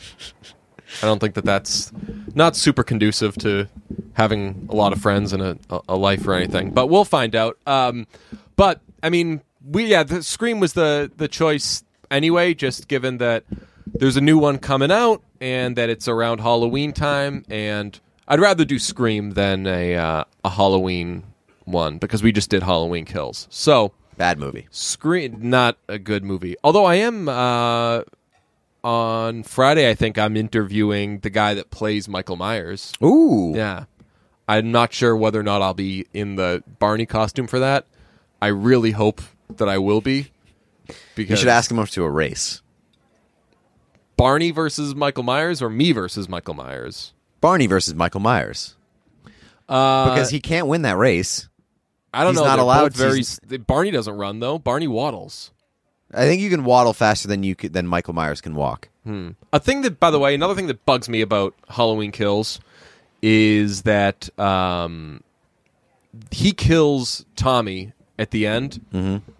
I don't think that that's not super conducive to having a lot of friends and a, a- a life or anything. But we'll find out. Um, but I mean, we yeah, the Scream was the the choice anyway. Just given that there's a new one coming out and that it's around Halloween time, and I'd rather do Scream than a uh, a Halloween one because we just did Halloween Kills. So Bad movie. Screen, not a good movie. Although I am uh, on Friday, I think I'm interviewing the guy that plays Michael Myers. Ooh. Yeah, I'm not sure whether or not I'll be in the Barney costume for that. I really hope that I will be. Because You should ask him up to a race. Barney versus Michael Myers or me versus Michael Myers. Barney versus Michael Myers. Uh, Because he can't win that race. I don't he's know. not they're allowed both Very season- s- Barney doesn't run though. Barney waddles. I think you can waddle faster than you could, than Michael Myers can walk. A thing that, by the way, another thing that bugs me about Halloween Kills is that um, he kills Tommy at the end. Mm-hmm.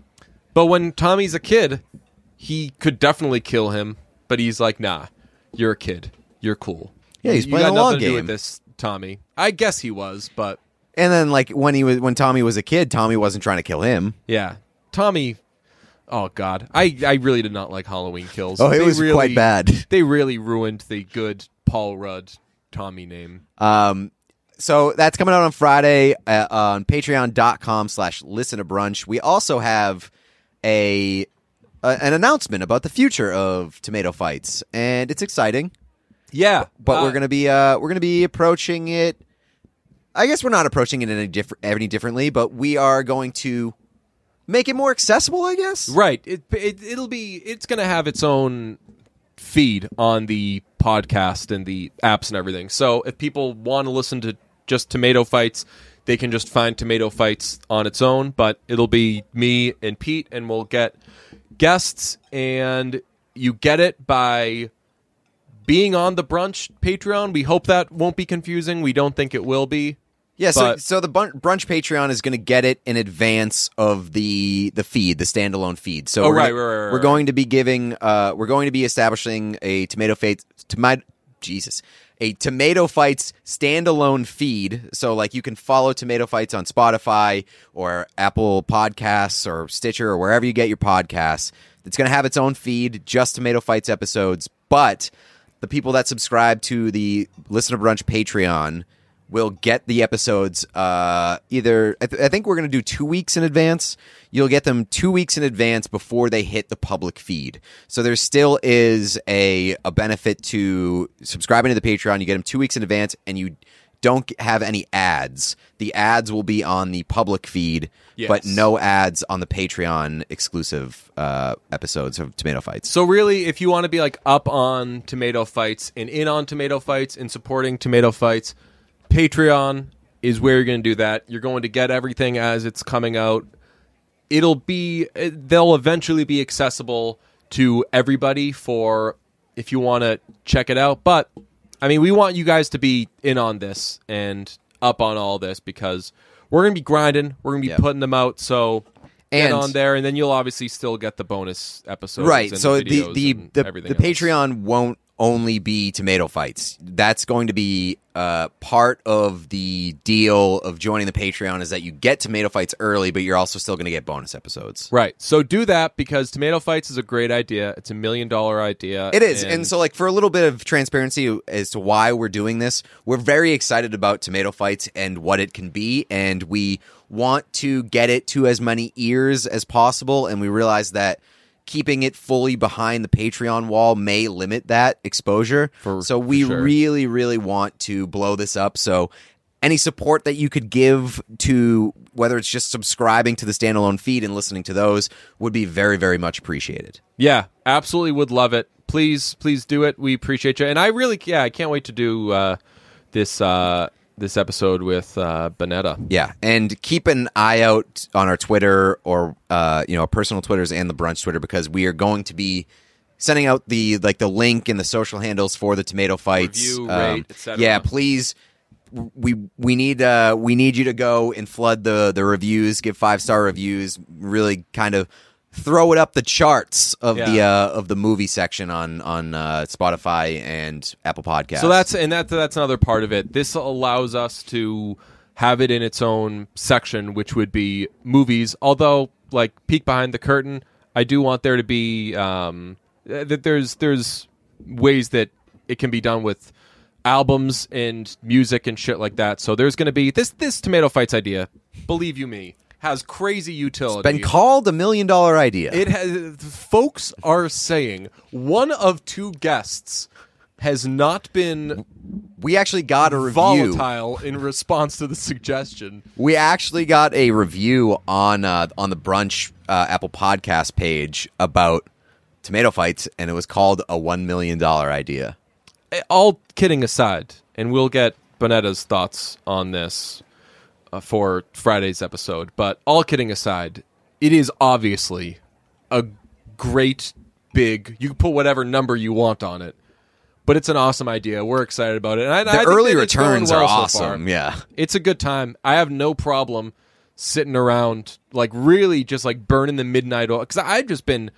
But when Tommy's a kid, he could definitely kill him. But he's like, "Nah, you're a kid. You're cool. Yeah, he's you playing got a nothing long to do game." with this, Tommy. I guess he was, but And then like when he was when Tommy was a kid, Tommy wasn't trying to kill him. yeah, Tommy. Oh God, I I really did not like Halloween Kills. Oh, it They was really- quite bad. They really ruined the good Paul Rudd Tommy name. Um, so that's coming out on Friday uh, on patreon.com slash listen to brunch. We also have a, a an announcement about the future of tomato fights and it's exciting, Yeah, but uh, we're going to be uh, we're going to be approaching it I guess we're not approaching it any diff- any differently, but we are going to make it more accessible, I guess. right. It, it it'll be it's going to have its own feed on the podcast and the apps and everything. So if people want to listen to just tomato fights, they can just find tomato fights on its own. But it'll be me and Pete, and we'll get guests, and you get it by being on the brunch Patreon. We hope that won't be confusing. We don't think it will be. Yeah, so, But- so the bun- brunch Patreon is going to get it in advance of the the feed, the standalone feed. So Oh, we're, right, gonna- right, right, right, we're right. going to be giving, uh, we're going to be establishing a tomato fights, tomato, Jesus, a tomato fights standalone feed. So like you can follow tomato fights on Spotify or Apple Podcasts or Stitcher or wherever you get your podcasts. It's going to have its own feed, just tomato fights episodes, but the people that subscribe to the listener brunch patreon will get the episodes uh, either I, th- I think we're going to do two weeks in advance you'll get them two weeks in advance before they hit the public feed so there still is a, a benefit to subscribing to the patreon you get them two weeks in advance and you don't g- have any ads the ads will be on the public feed Yes. but no ads on the patreon exclusive uh, episodes of tomato fights So really, if you want to be like up on tomato fights and in on tomato fights and supporting tomato fights, Patreon is where you're going to do that. You're going to get everything as it's coming out. It'll be it- they'll eventually be accessible to everybody for if you want to check it out, but I mean, we want you guys to be in on this and up on all this because we're going to be grinding, we're going to be Yeah. putting them out, so And- get on there and then you'll obviously still get the bonus episode right and so the videos the and the, everything the else. patreon won't only be tomato fights. That's going to be uh, part of the deal of joining the Patreon is that you get tomato fights early, but you're also still going to get bonus episodes. Right. So do that because Tomato Fights is a great idea. It's a million dollar idea. It is. And, so, like, for a little bit of transparency as to why we're doing this, we're very excited about Tomato Fights and what it can be. And we want to get it to as many ears as possible. And we realize that keeping it fully behind the Patreon wall may limit that exposure. For- so, we for sure. really, really want to blow this up. So, any support that you could give to whether it's just subscribing to the standalone feed and listening to those would be very, very much appreciated. yeah, absolutely would love it. Please, please do it. We appreciate you. And I really, yeah, I can't wait to do uh, this uh, this episode with uh, Bonetta. Yeah, and keep an eye out on our Twitter or uh, you know our personal Twitters and the brunch Twitter because we are going to be sending out the like the link and the social handles for the tomato fights. um, Review, rate, et cetera. yeah, please. We we need uh we need you to go and flood the the reviews, give five star reviews, really kind of throw it up the charts of the Yeah. uh of the movie section on on uh Spotify and Apple Podcasts. So that's and that that's another part of it. This allows us to have it in its own section, which would be movies. Although, like peek behind the curtain, I do want there to be um, eh, that there's there's ways that it can be done with albums and music and shit like that. So there's going to be this this tomato fights idea. Believe you me, has crazy utility. been called a million dollar idea. It has. Folks are saying one of two guests has not been we actually got a review. volatile in response to the suggestion. We actually got a review on uh, on the brunch uh, Apple Podcast page about tomato fights, and it was called a one million dollar idea. Eh, All kidding aside, and we'll get Bonetta's thoughts on this uh, for Friday's episode, but all kidding aside, it is obviously a great big, you can put whatever number you want on it. But it's an awesome idea. We're excited about it. And I, I The think early that it's going returns are well so far. awesome. yeah, it's a good time. I have no problem sitting around, like really just like burning the midnight oil. Because I've just been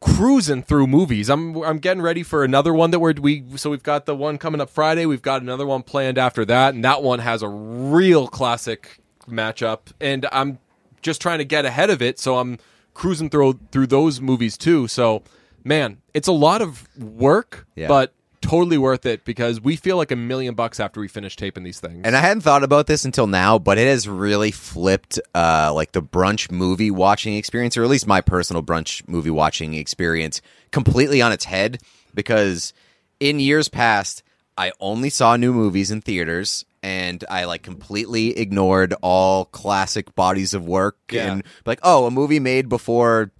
cruising through movies. I'm I'm getting ready for another one that we're we so we've got the one coming up Friday. We've got another one planned after that, and that one has a real classic matchup. And I'm just trying to get ahead of it, so I'm cruising through through those movies too. So man, it's a lot of work, Yeah. but totally worth it because we feel like a million bucks after we finish taping these things. and I hadn't thought about this until now, but it has really flipped uh, like the brunch movie watching experience, or at least my personal brunch movie watching experience, completely on its head. Because in years past, I only saw new movies in theaters, and I like completely ignored all classic bodies of work Yeah. and like, oh, a movie made before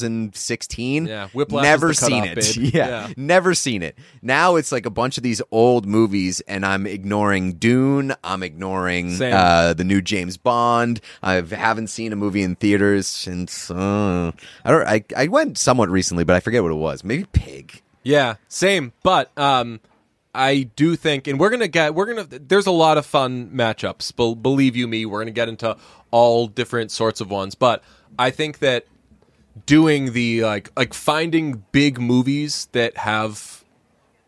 2016. Yeah, Whiplash is never the seen cutoff, it. babe. Yeah, Yeah. never seen it. Now it's like a bunch of these old movies, and I'm ignoring Dune. I'm ignoring Same. uh, the new James Bond. I haven't seen a movie in theaters since uh, I don't. I, I went somewhat recently, but I forget what it was. Maybe Pig. Yeah, same. But um, I do think, and we're gonna get, we're gonna. There's a lot of fun matchups. Bel believe you me, we're gonna get into all different sorts of ones. But I think that doing the like, like finding big movies that have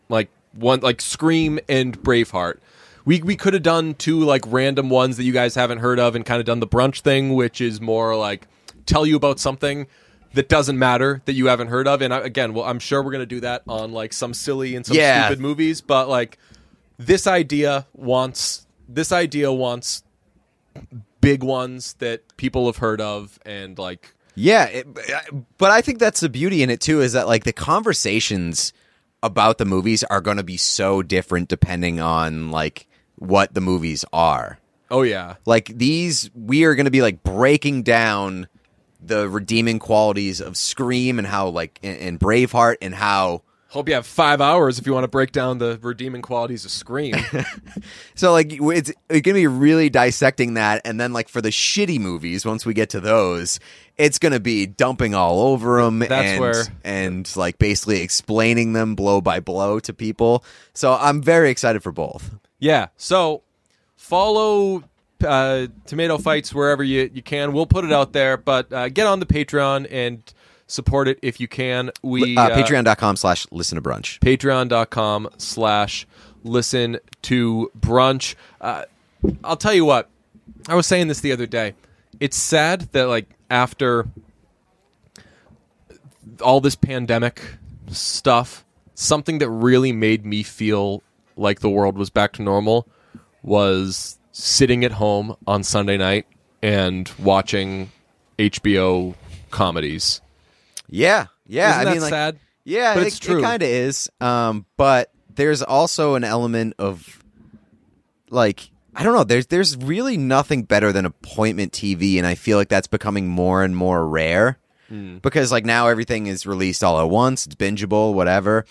like one, like Scream and Braveheart. We, we could have done two like random ones that you guys haven't heard of and kind of done the brunch thing, which is more like tell you about something that doesn't matter that you haven't heard of. And I, again, well, I'm sure we're gonna do that on like some silly and some Yeah. stupid movies, but like this idea wants this idea wants big ones that people have heard of and like Yeah, it, but I think that's the beauty in it too is that like the conversations about the movies are going to be so different depending on like what the movies are. oh yeah like these we are going to be like breaking down the redeeming qualities of scream and how like and, and braveheart and how hope you have five hours if you want to break down the redeeming qualities of scream so like it's, it's going to be really dissecting that and then like for the shitty movies once we get to those it's going to be dumping all over them That's and, where- and like basically explaining them blow by blow to people so i'm very excited for both Yeah. So follow uh, Tomato Fights wherever you, you can. We'll put it out there, but uh, get on the Patreon and Support it if you can. We uh, patreon.com slash listen to brunch patreon.com slash listen to brunch uh, i'll tell you what i was saying this the other day it's sad that like after all this pandemic stuff something that really made me feel like the world was back to normal was sitting at home on sunday night and watching hbo comedies yeah yeah Isn't i that mean like sad? yeah But it- it's true. it kind of is um but there's also an element of like I don't know. There's there's really nothing better than appointment TV, and I feel like that's becoming more and more rare Hmm. because like now everything is released all at once. It's bingeable, whatever.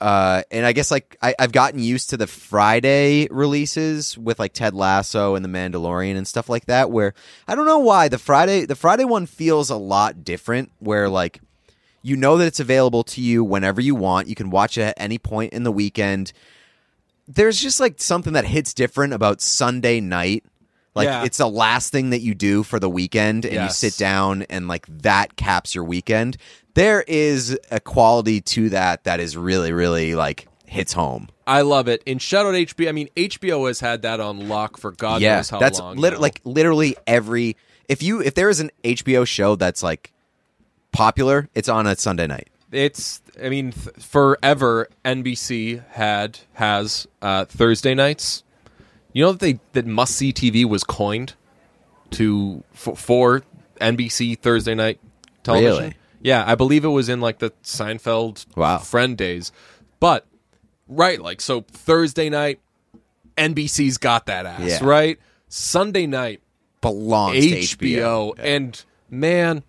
Uh, and I guess like I, I've gotten used to the Friday releases with like Ted Lasso and The Mandalorian and stuff like that. Where I don't know why the Friday the Friday one feels a lot different. Where like you know that it's available to you whenever you want. You can watch it at any point in the weekend there's just like something that hits different about Sunday night. Like Yeah. it's the last thing that you do for the weekend and Yes. you sit down and like that caps your weekend. There is a quality to that that is really really like hits home. I love it. And shout out HBO. I mean, HBO has had that on lock for God yeah, knows how that's long. lit- now. like literally every if you if there is an HBO show that's like popular, it's on a Sunday night. it's. I mean, th- forever NBC had has uh, Thursday nights. You know that they that must see TV was coined to for, for NBC Thursday night television. Really? Yeah, I believe it was in like the Seinfeld Wow. friend days, but right, like so Thursday night. NBC's got that ass, Yeah. right? Sunday night, Belongs to HBO. HBO. And man,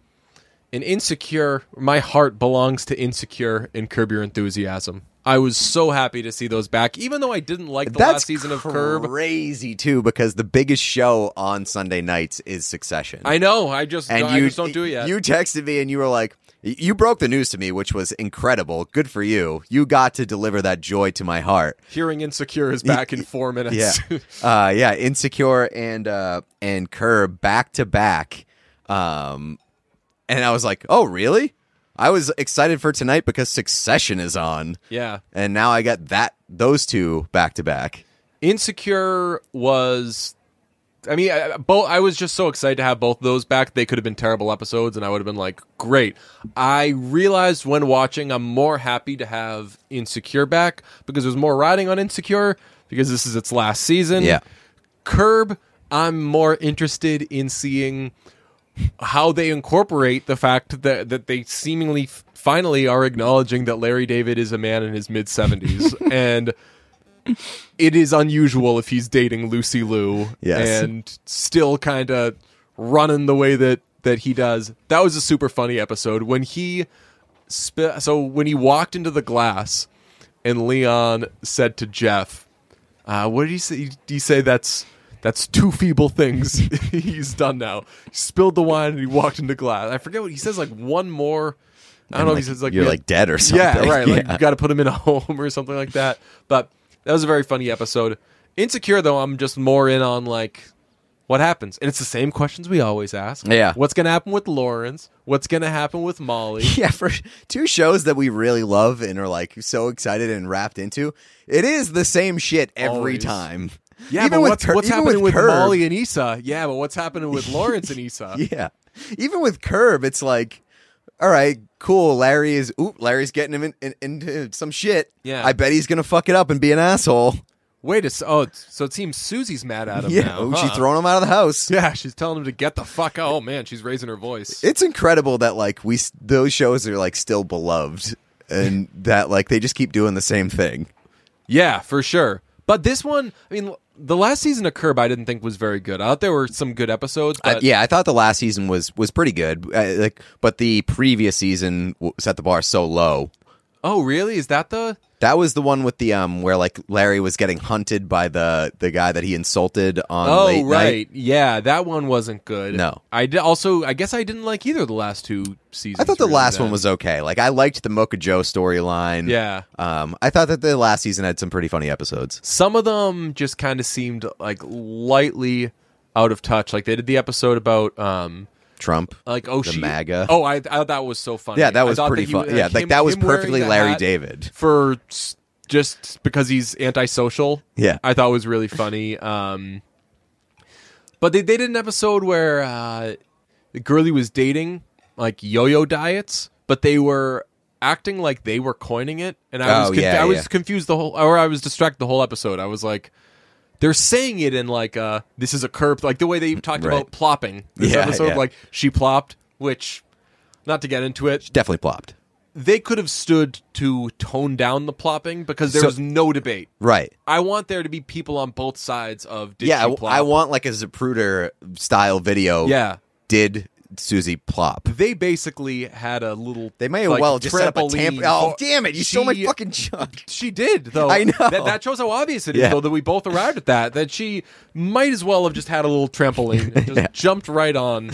an insecure, my heart belongs to insecure and curb your enthusiasm. I was so happy to see those back, even though I didn't like the last season of Curb. crazy too because the biggest show on Sunday nights is Succession. I know. I just, and I you just don't do it yet. You texted me and you were like, you broke the news to me, which was incredible. Good for you. You got to deliver that joy to my heart. Hearing insecure is back in four minutes. uh, yeah. Insecure and uh, and Curb back to back. Um, and I was like, oh really? I was excited for tonight because Succession is on, yeah. and now I got that those two back to back. Insecure was. I mean, I, both. I was just so excited to have both of those back. They could have been terrible episodes, and I would have been like, "Great!" I realized when watching, I'm more happy to have Insecure back because there's more riding on Insecure because this is its last season. Yeah. Curb, I'm more interested in seeing how they incorporate the fact that that they seemingly f- finally are acknowledging that Larry David is a man in his mid 70s and it is unusual if he's dating Lucy Liu Yes. and still kind of running the way that that he does. That was a super funny episode when he sp- so when he walked into the glass and Leon said to Jeff, uh, what did he say? He say that's that's two feeble things he's done now. He spilled the wine and he walked into glass. I forget what he says. Like one more. I don't know. if he says like you're yeah, like dead or something. Yeah, right. Like Yeah. you got to put him in a home or something like that. But that was a very funny episode. Insecure though, I'm just more in on like what happens, and it's the same questions we always ask. Yeah. what's gonna happen with Lawrence? What's gonna happen with Molly? yeah, for two shows that we really love and are like so excited and wrapped into, it is the same shit every Always. time. Yeah, Even but with what's, Cur- what's even happening with, Curb, Molly and Issa? Yeah, but what's happening with Lawrence and Issa? Yeah, even with Curb, it's like, all right, cool. Larry is oop. Larry's getting him in, in, into some shit. Yeah. I bet he's gonna fuck it up and be an asshole. Wait a s- oh, it's- so it seems Susie's mad at him yeah, now. oh, Ooh, huh? she's throwing him out of the house. Yeah, she's telling him to get the fuck out. Oh man, she's raising her voice. It's incredible that like we s- those shows are like still beloved and that like they just keep doing the same thing. yeah, for sure. But this one, I mean, the last season of Curb, I didn't think was very good. I thought there were some good episodes, I- but yeah, I thought the last season was was pretty good. Uh, like, but the previous season w- set the bar so low. oh really? Is that the? That was the one with the um where like Larry was getting hunted by the the guy that he insulted on. Oh late Night. right, yeah, that one wasn't good. No. I di- also, I guess I didn't like either of the last two seasons. I thought the really last then. one was okay. Like, I liked the Mocha Joe storyline. Yeah. Um, I thought that the last season had some pretty funny episodes. Some of them just kind of seemed like lightly out of touch. Like they did the episode about um, Trump. Like oh, The she, MAGA. Oh, I, I that was so funny. Yeah, that I was thought pretty he- fun. yeah, him- like that was him wearing perfectly the Larry hat David. for s- just because he's antisocial. Yeah. I thought was really funny. Um, but they they did an episode where uh, the girlie was dating like yo-yo diets, but they were acting like they were coining it, and I was Oh, conf- yeah, I was yeah. confused the whole, or I was distracted the whole episode. I was like. They're saying it in like uh this is a curb like the way they've talked Right. about plopping this Yeah, episode yeah. like she plopped which not to get into it Definitely plopped. they could have stood to tone down the plopping because there So- was no debate. Right. I want there to be people on both sides of did yeah, I, she plop? I want like a Zapruder style video. Yeah, Did Susie plop? they basically had a little. They may like, well just set up a trampoline tamp. Oh, for- damn it! You she, stole my fucking junk. She did though. I know. that, that shows how obvious it is Yeah. though that we both arrived at that. That she might as well have just had a little trampoline and just jumped right on.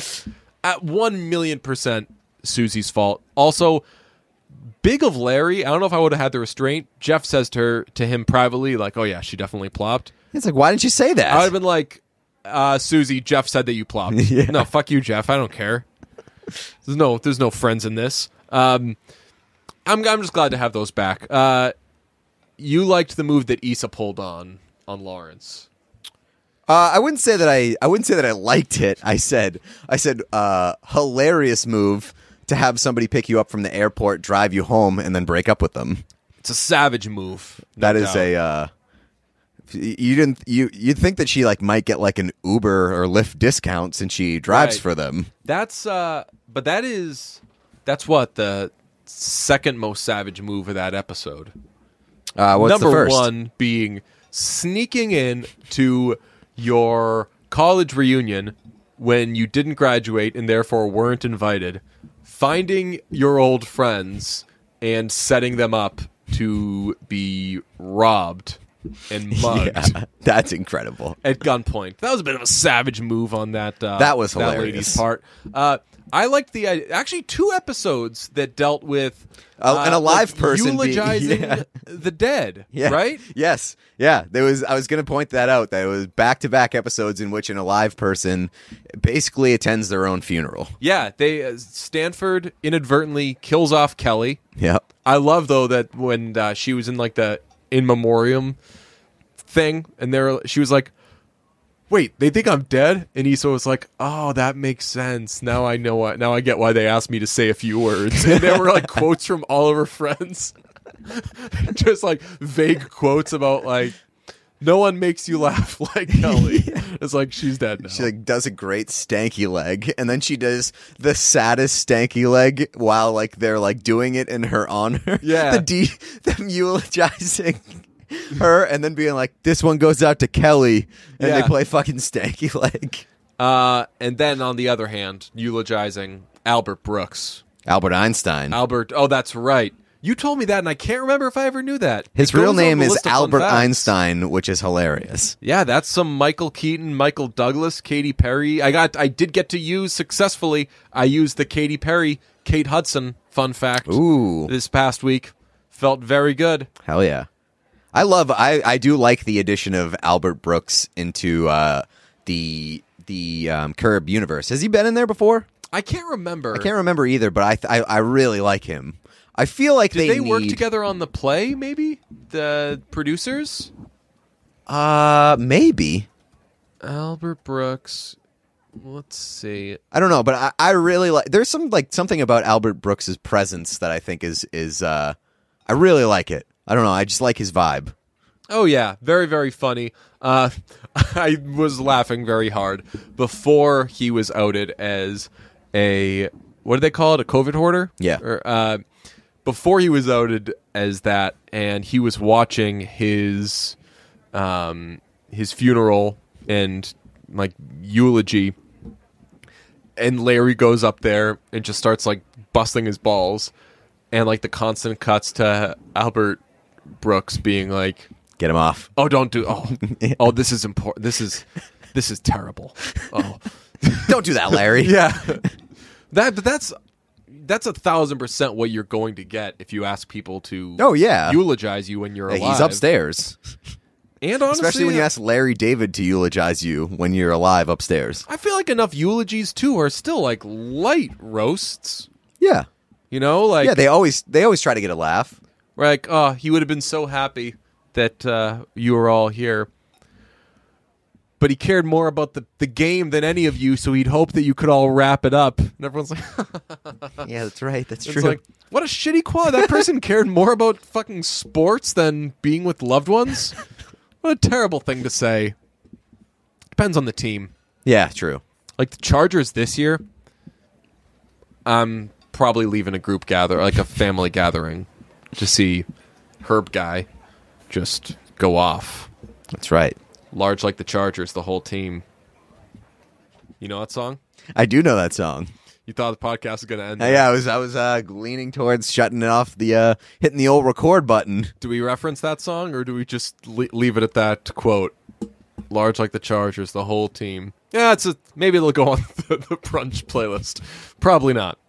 At one million percent, Susie's fault. Also, big of Larry. I don't know if I would have had the restraint. Jeff says to her to him privately, like, "Oh yeah, she definitely plopped." It's like, why didn't you say that? I would have been like, uh, "Susie, Jeff said that you plopped." Yeah. No, fuck you, Jeff. I don't care. There's no, there's no friends in this. Um, I'm, I'm just glad to have those back. Uh, you liked the move that Issa pulled on on Lawrence. Uh, I wouldn't say that I. I wouldn't say that I liked it. I said. I said uh, hilarious move to have somebody pick you up from the airport, drive you home, and then break up with them. It's a savage move. no That is doubt. a. Uh, y- you didn't. You you'd think that she like might get like an Uber or Lyft discount since she drives Right. for them. That's uh, but that is that's what the second most savage move of that episode. Uh, what's Number the first? one being sneaking in to your college reunion when you didn't graduate and therefore weren't invited, finding your old friends and setting them up to be robbed and mugged Yeah, that's incredible. at gunpoint. That was a bit of a savage move on that. Uh, That was That hilarious. lady's part. Uh, I liked the uh, actually two episodes that dealt with Uh, and a live person being- eulogizing yeah. the dead. Yeah. Right. Yes. Yeah. There was. I was going to point that out. That it was back to back episodes in which an alive person basically attends their own funeral. Yeah, they uh, Stanford inadvertently kills off Kelly. Yep. I love though that when uh, she was in like the in memoriam thing, and there she was like, "Wait, they think I'm dead," and Issa was like, "Oh, that makes sense. Now I know what. Now I get why they asked me to say a few words." And there were like quotes from all of her friends, just like vague quotes about like. No one makes you laugh like Kelly. It's like she's dead now. She like does a great stanky leg, and then she does the saddest stanky leg while like they're like doing it in her honor. Yeah. the de- them eulogizing her, and then being like, "This one goes out to Kelly," and they Yeah. play fucking stanky leg. Uh, and then on the other hand, eulogizing Albert Brooks. Albert Einstein. Albert, oh, that's right. You told me that, and I can't remember if I ever knew that. His It goes real on the name is list of fun Albert facts. Einstein, which is hilarious. Yeah, that's some Michael Keaton, Michael Douglas, Katy Perry. I got, I did get to use successfully. I used the Katy Perry, Kate Hudson fun fact Ooh. this past week. Felt very good. Hell yeah. I love I I do like the addition of Albert Brooks into uh the the um, Curb universe. Has he been in there before? I can't remember. I can't remember either, but I th- I, I really like him. I feel like Did they, work need- together on the play? Maybe the producers. Uh, maybe Albert Brooks. Let's see. I don't know, but I, I really like. There's some like something about Albert Brooks's presence that I think is is uh, I really like it. I don't know. I just like his vibe. Oh yeah, very very funny. Uh, I was laughing very hard before he was outed as a what do they call it? A COVID hoarder? Yeah. Or, uh, before he was outed as that, and he was watching his um, his funeral and like eulogy, and Larry goes up there and just starts like busting his balls, and like the constant cuts to Albert Brooks being like. Get him off. Oh, don't do. Oh, oh, this is important. This is, this is terrible. Oh, Don't do that, Larry. yeah. that but that's that's a thousand percent what you're going to get if you ask people to. Oh, yeah. eulogize you when you're Hey, alive. he's upstairs. And honestly, Especially when you ask Larry David to eulogize you when you're alive upstairs. I feel like enough eulogies too are still like light roasts. Yeah. You know, like Yeah, they always they always try to get a laugh. we're like, oh, he would have been so happy that uh, you were all here. But he cared more about the, the game than any of you, so he'd hope that you could all wrap it up. And everyone's like, Yeah, that's right. That's it's like, what a shitty quad. That person cared more about fucking sports than being with loved ones. What a terrible thing to say. Depends on the team. yeah, true. like the Chargers this year, I'm probably leaving a group gather, like a family gathering, to see Herb guy just go off That's right. large like the Chargers, the whole team. You know that song? I do know that song. You thought the podcast was going to end? Uh, there. Yeah, I was I was uh, leaning towards shutting it off the uh, hitting the old record button. Do we reference that song, or do we just le- leave it at that quote? Large like the Chargers, the whole team. Yeah, it's a, maybe it'll go on the, the brunch playlist. Probably not.